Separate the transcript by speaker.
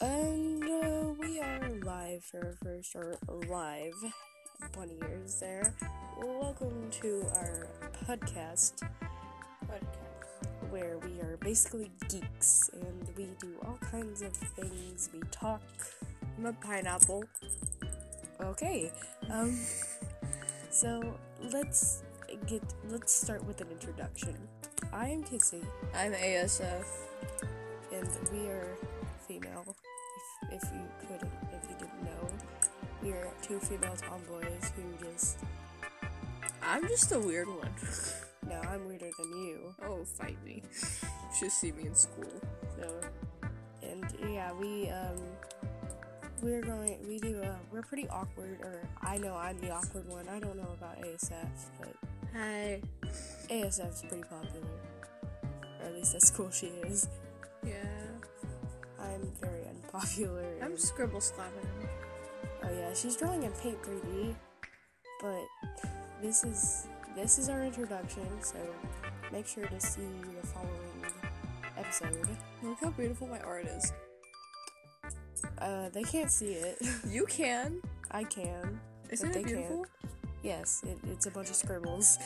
Speaker 1: And uh, we are live for first or live, 20 years there. Welcome to our podcast
Speaker 2: podcast.
Speaker 1: where we are basically geeks and we do all kinds of things. We talk. I'm a pineapple. Okay. Um. So let's get let's start with an introduction. I am Kixie.
Speaker 2: I'm ASF.
Speaker 1: and we are female. If, if you couldn't, if you didn't know, we are two female tomboys who just
Speaker 2: I'm just a weird one.
Speaker 1: no, I'm weirder than you.
Speaker 2: Oh, fight me. Should see me in school.
Speaker 1: So, and yeah, we um, we're going, we do, uh, we're pretty awkward. Or I know I'm the awkward one. I don't know about ASF, but
Speaker 2: Hi.
Speaker 1: ASF's pretty popular, or at least at school she is.
Speaker 2: Yeah.
Speaker 1: I'm very unpopular.
Speaker 2: I'm
Speaker 1: and-
Speaker 2: scribble slapping.
Speaker 1: Oh yeah, she's drawing in Paint 3D, but this is this is our introduction. So make sure to see the following episode.
Speaker 2: Look how beautiful my art is.
Speaker 1: Uh, they can't see it.
Speaker 2: You can.
Speaker 1: I can.
Speaker 2: Isn't
Speaker 1: they
Speaker 2: it beautiful?
Speaker 1: Yes, it, it's a bunch of scribbles.